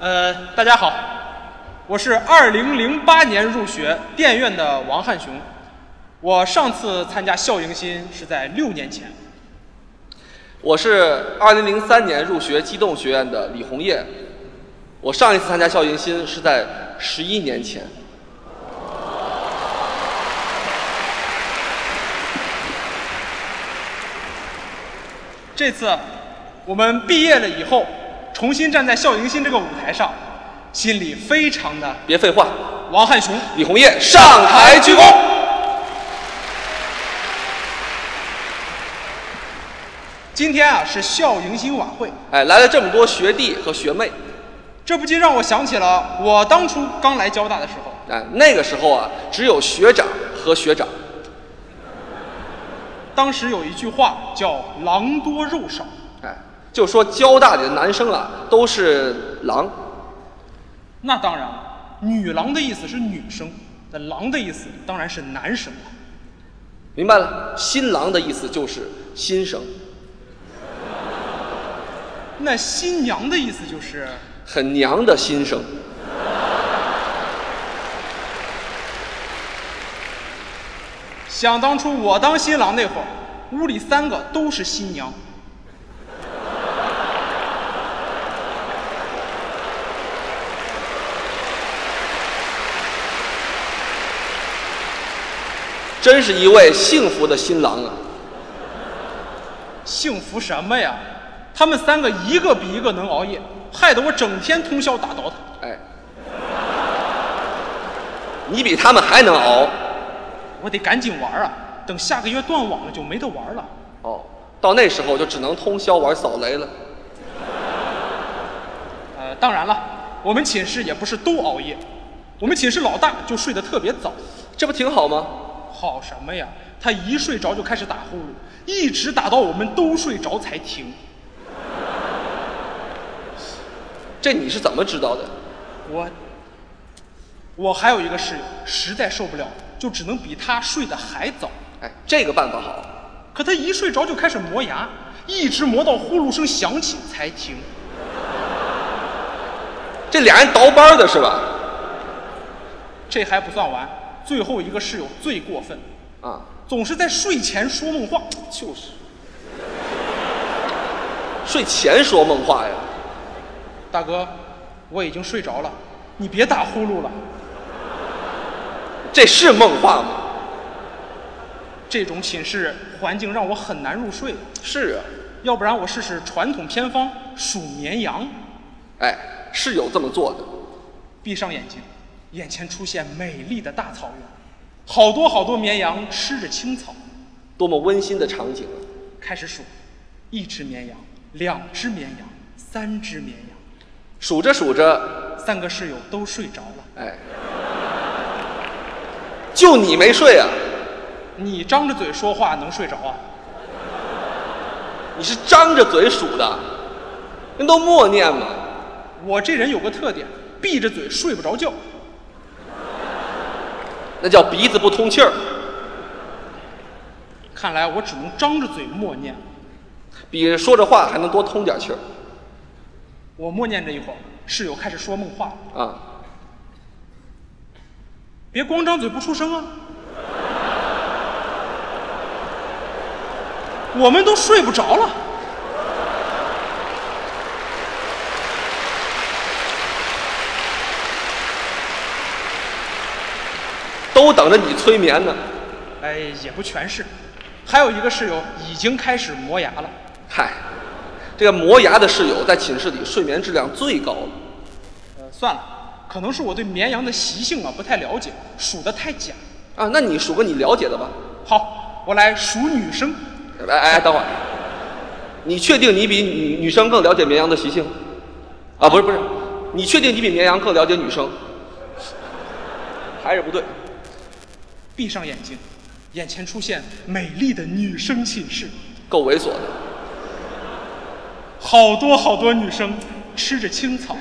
呃，大家好，我是二零零八年入学电院的王汉雄。我上次参加校迎新是在六年前。我是二零零三年入学机动学院的李红叶，我上一次参加校迎新是在十一年前。这次我们毕业了以后，重新站在校迎新这个舞台上，心里非常的别废话，王汉雄。李红叶上台鞠躬。今天啊是校迎新晚会，哎，来了这么多学弟和学妹，这不禁让我想起了我当初刚来交大的时候。哎，那个时候啊，只有学长和学长。当时有一句话叫“狼多肉少哎，就说交大里的男生啊，都是狼。”，那当然了，女郎的意思是女生，那狼的意思当然是男生啊了。明白了，新郎的意思就是新生，那新娘的意思就是，很娘的新生。想当初我当新郎那会儿，屋里三个都是新娘，真是一位幸福的新郎啊！幸福什么呀？他们三个一个比一个能熬夜，害得我整天通宵打 DOTA。哎，你比他们还能熬我得赶紧玩啊，等下个月断网了就没得玩了。哦，到那时候就只能通宵玩扫雷了。呃，当然了，我们寝室也不是都熬夜，我们寝室老大就睡得特别早。这不挺好吗？好什么呀？他一睡着就开始打呼噜，一直打到我们都睡着才停。这你是怎么知道的？我，我还有一个室友，实在受不了，就只能比他睡得还早。哎，这个办法好。可他一睡着就开始磨牙，一直磨到呼噜声响起才停。这俩人倒班的是吧？这还不算完，最后一个室友最过分，啊，总是在睡前说梦话。就是。睡前说梦话呀？大哥，我已经睡着了，你别打呼噜了。这是梦话吗？这种寝室环境让我很难入睡，是啊。要不然我试试传统偏方数绵羊，哎，是有这么做的。闭上眼睛，眼前出现美丽的大草原，好多好多绵羊吃着青草，多么温馨的场景啊！开始数，一只绵羊，两只绵羊，三只绵羊，数着数着，三个室友都睡着了，哎，就你没睡啊？你张着嘴说话能睡着啊？你是张着嘴数的，人都默念嘛。我这人有个特点，闭着嘴睡不着觉，那叫鼻子不通气儿，看来我只能张着嘴默念。比说着话还能多通点气儿我默念着一会儿，室友开始说梦话了。啊！别光张嘴不出声啊！我们都睡不着了。都等着你催眠呢。哎，也不全是，还有一个室友已经开始磨牙了。嗨，这个磨牙的室友在寝室里睡眠质量最高了。呃，算了，可能是我对绵羊的习性啊不太了解，数的太假。啊，那你数个你了解的吧。好，我来数女生。哎哎，等会儿，你确定你比女女生更了解绵羊的习性？啊，不是不是，你确定你比绵羊更了解女生？还是不对？闭上眼睛，眼前出现美丽的女生寝室，够猥琐的。好多好多女生吃着青草。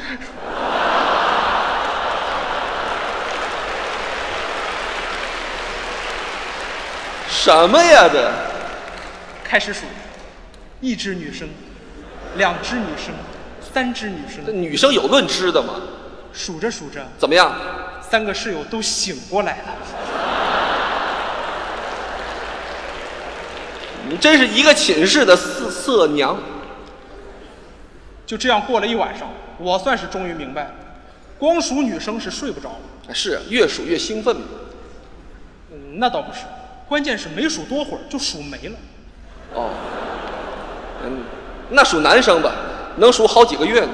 什么呀这？开始数，一只女生，两只女生，三只女生这，女生有论吃的吗？数着数着，怎么样？三个室友都醒过来了。你真是一个寝室的四色娘。就这样过了一晚上，我算是终于明白，光数女生是睡不着。哎是啊越数越兴奋嘛。嗯，那倒不是，关键是没数多会儿就数没了。哦，嗯，那数男生吧，能数好几个月呢。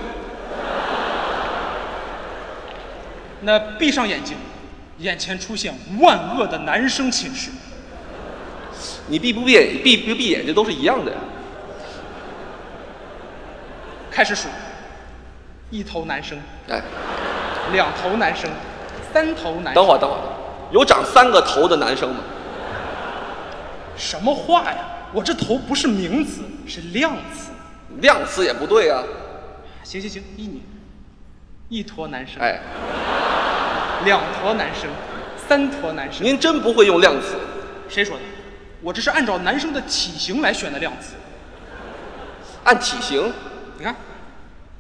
那闭上眼睛，眼前出现万恶的男生寝室。你闭不闭眼，闭不闭眼睛都是一样的呀。开始数，一头男生，哎，两头男生，三头男等生。会儿，等会儿，有长三个头的男生吗？什么话呀？我这头不是名词，是量词。量词也不对啊。行行行，依你。一坨男生，哎，两坨男生，三坨男生。您真不会用量词。谁说的？我这是按照男生的体型来选的量词。按体型，你看，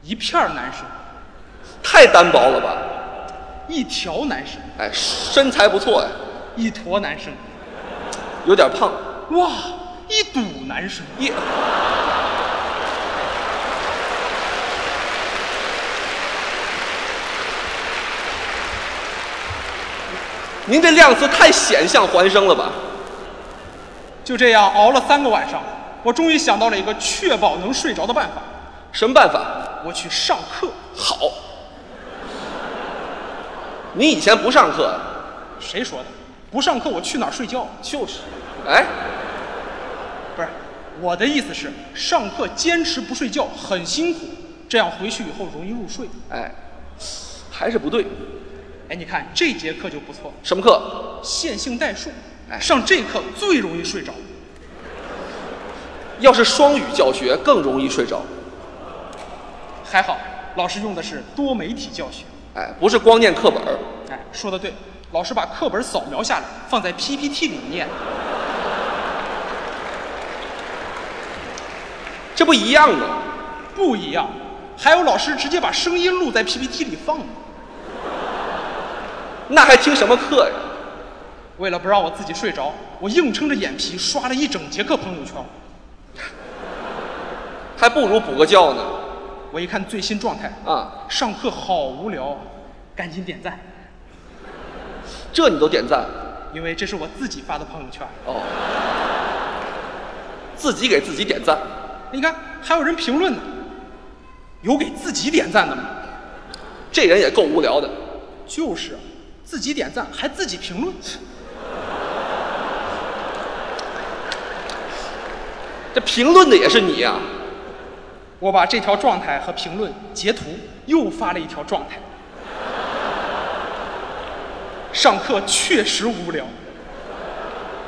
一片儿男生，太单薄了吧？一条男生，哎，身材不错呀、一坨男生，有点胖。哇，一堵男生。一，您这量词太险象环生了吧？就这样熬了三个晚上，我终于想到了一个确保能睡着的办法。什么办法？我去上课，好，你以前不上课啊，谁说的？不上课我去哪儿睡觉？就是，哎，不是，我的意思是上课坚持不睡觉很辛苦，这样回去以后容易入睡。哎，还是不对。哎，你看这节课就不错，什么课？线性代数哎，上这课最容易睡着。要是双语教学更容易睡着。还好老师用的是多媒体教学。哎，不是光念课本儿哎，说的对，老师把课本扫描下来，放在 PPT 里念。这不一样吗？不一样，还有老师直接把声音录在 PPT 里放的。那还听什么课呀？为了不让我自己睡着，我硬撑着眼皮刷了一整节课朋友圈。还不如补个觉呢。我一看最新状态，啊，上课好无聊啊，赶紧点赞，这你都点赞因为这是我自己发的朋友圈。哦？自己给自己点赞，你看，还有人评论呢，有给自己点赞的吗？这人也够无聊的。就是啊，自己点赞还自己评论，这评论的也是你呀、啊我把这条状态和评论截图，又发了一条状态。上课确实无聊，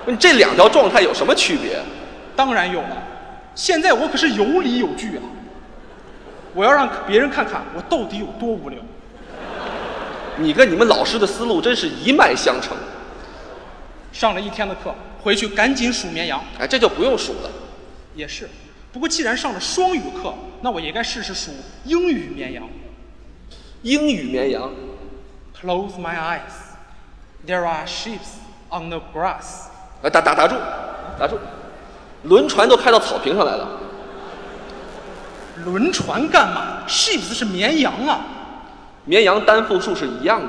你这两条状态有什么区别？当然有了。现在我可是有理有据啊！我要让别人看看我到底有多无聊。你跟你们老师的思路真是一脉相承。上了一天的课，回去赶紧数绵羊。哎，这就不用数了。也是，不过既然上了双语课，那我也该试试数英语绵羊。英语绵羊， Close my eyes, there are sheep on the grass。哎，打打打住，打住，轮船都开到草坪上来了。轮船干嘛？Sheep 是绵羊啊。绵羊单复数是一样的。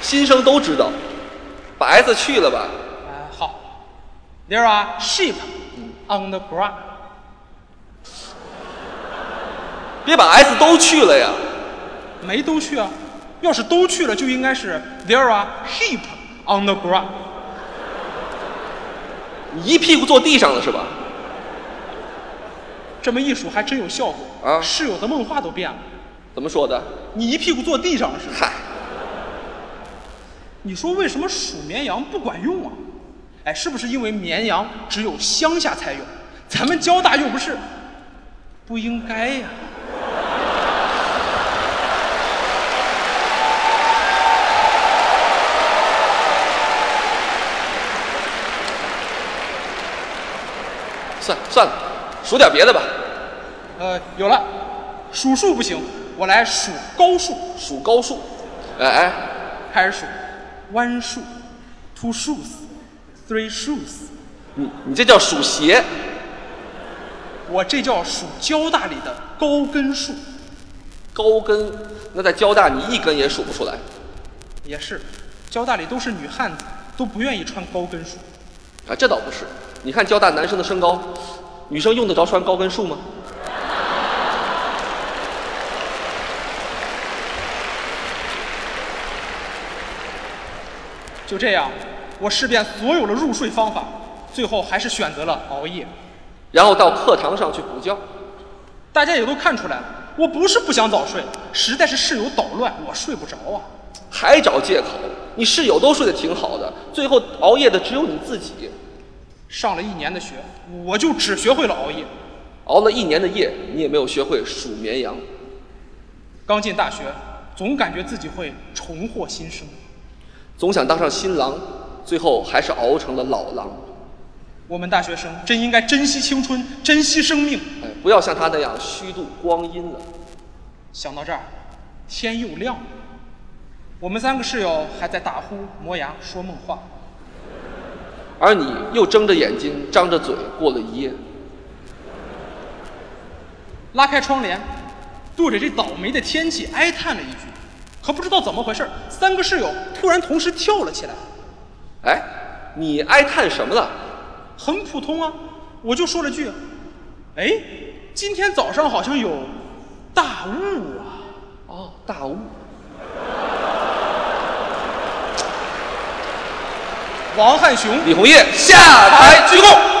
新生都知道，把 S 去了吧？啊，好。There are sheep on the grass。别把 S 都去了呀！没都去啊，要是都去了，就应该是 There are sheep on the grass。你一屁股坐地上了是吧？这么一数还真有效果啊室友的梦话都变了，怎么说的？你一屁股坐地上了是吧？嗨，你说为什么数绵羊不管用啊？哎，是不是因为绵羊只有乡下才有，咱们交大又不是？不应该呀、算算了，数点别的吧。呃，有了，数数不行，我来数高数，数高数，哎哎，开始数，one shoe, two shoes, three shoes，你你这叫数鞋，我这叫数交大里的高跟数，高跟。那在交大你一根也数不出来。也是，交大里都是女汉子，都不愿意穿高跟数。啊，这倒不是。你看交大男生的身高，女生用得着穿高跟束吗？就这样，我试遍所有的入睡方法，最后还是选择了熬夜。然后到课堂上去补觉。大家也都看出来了，我不是不想早睡，实在是室友捣乱，我睡不着啊。还找借口。你室友都睡得挺好的，最后熬夜的只有你自己。上了一年的学，我就只学会了熬夜。熬了一年的夜，你也没有学会数绵羊。刚进大学，总感觉自己会重获新生。总想当上新郎，最后还是熬成了老狼。我们大学生真应该珍惜青春，珍惜生命。哎，不要像他那样虚度光阴了。想到这儿，天又亮了。我们三个室友还在打呼、磨牙、说梦话。而你又睁着眼睛，张着嘴过了一夜。拉开窗帘，对着这倒霉的天气哀叹了一句。可不知道怎么回事儿，三个室友突然同时跳了起来。哎，你哀叹什么了？很普通啊，我就说了句：“哎，今天早上好像有大雾啊。哦，大雾。”王汉雄李红叶下台鞠躬。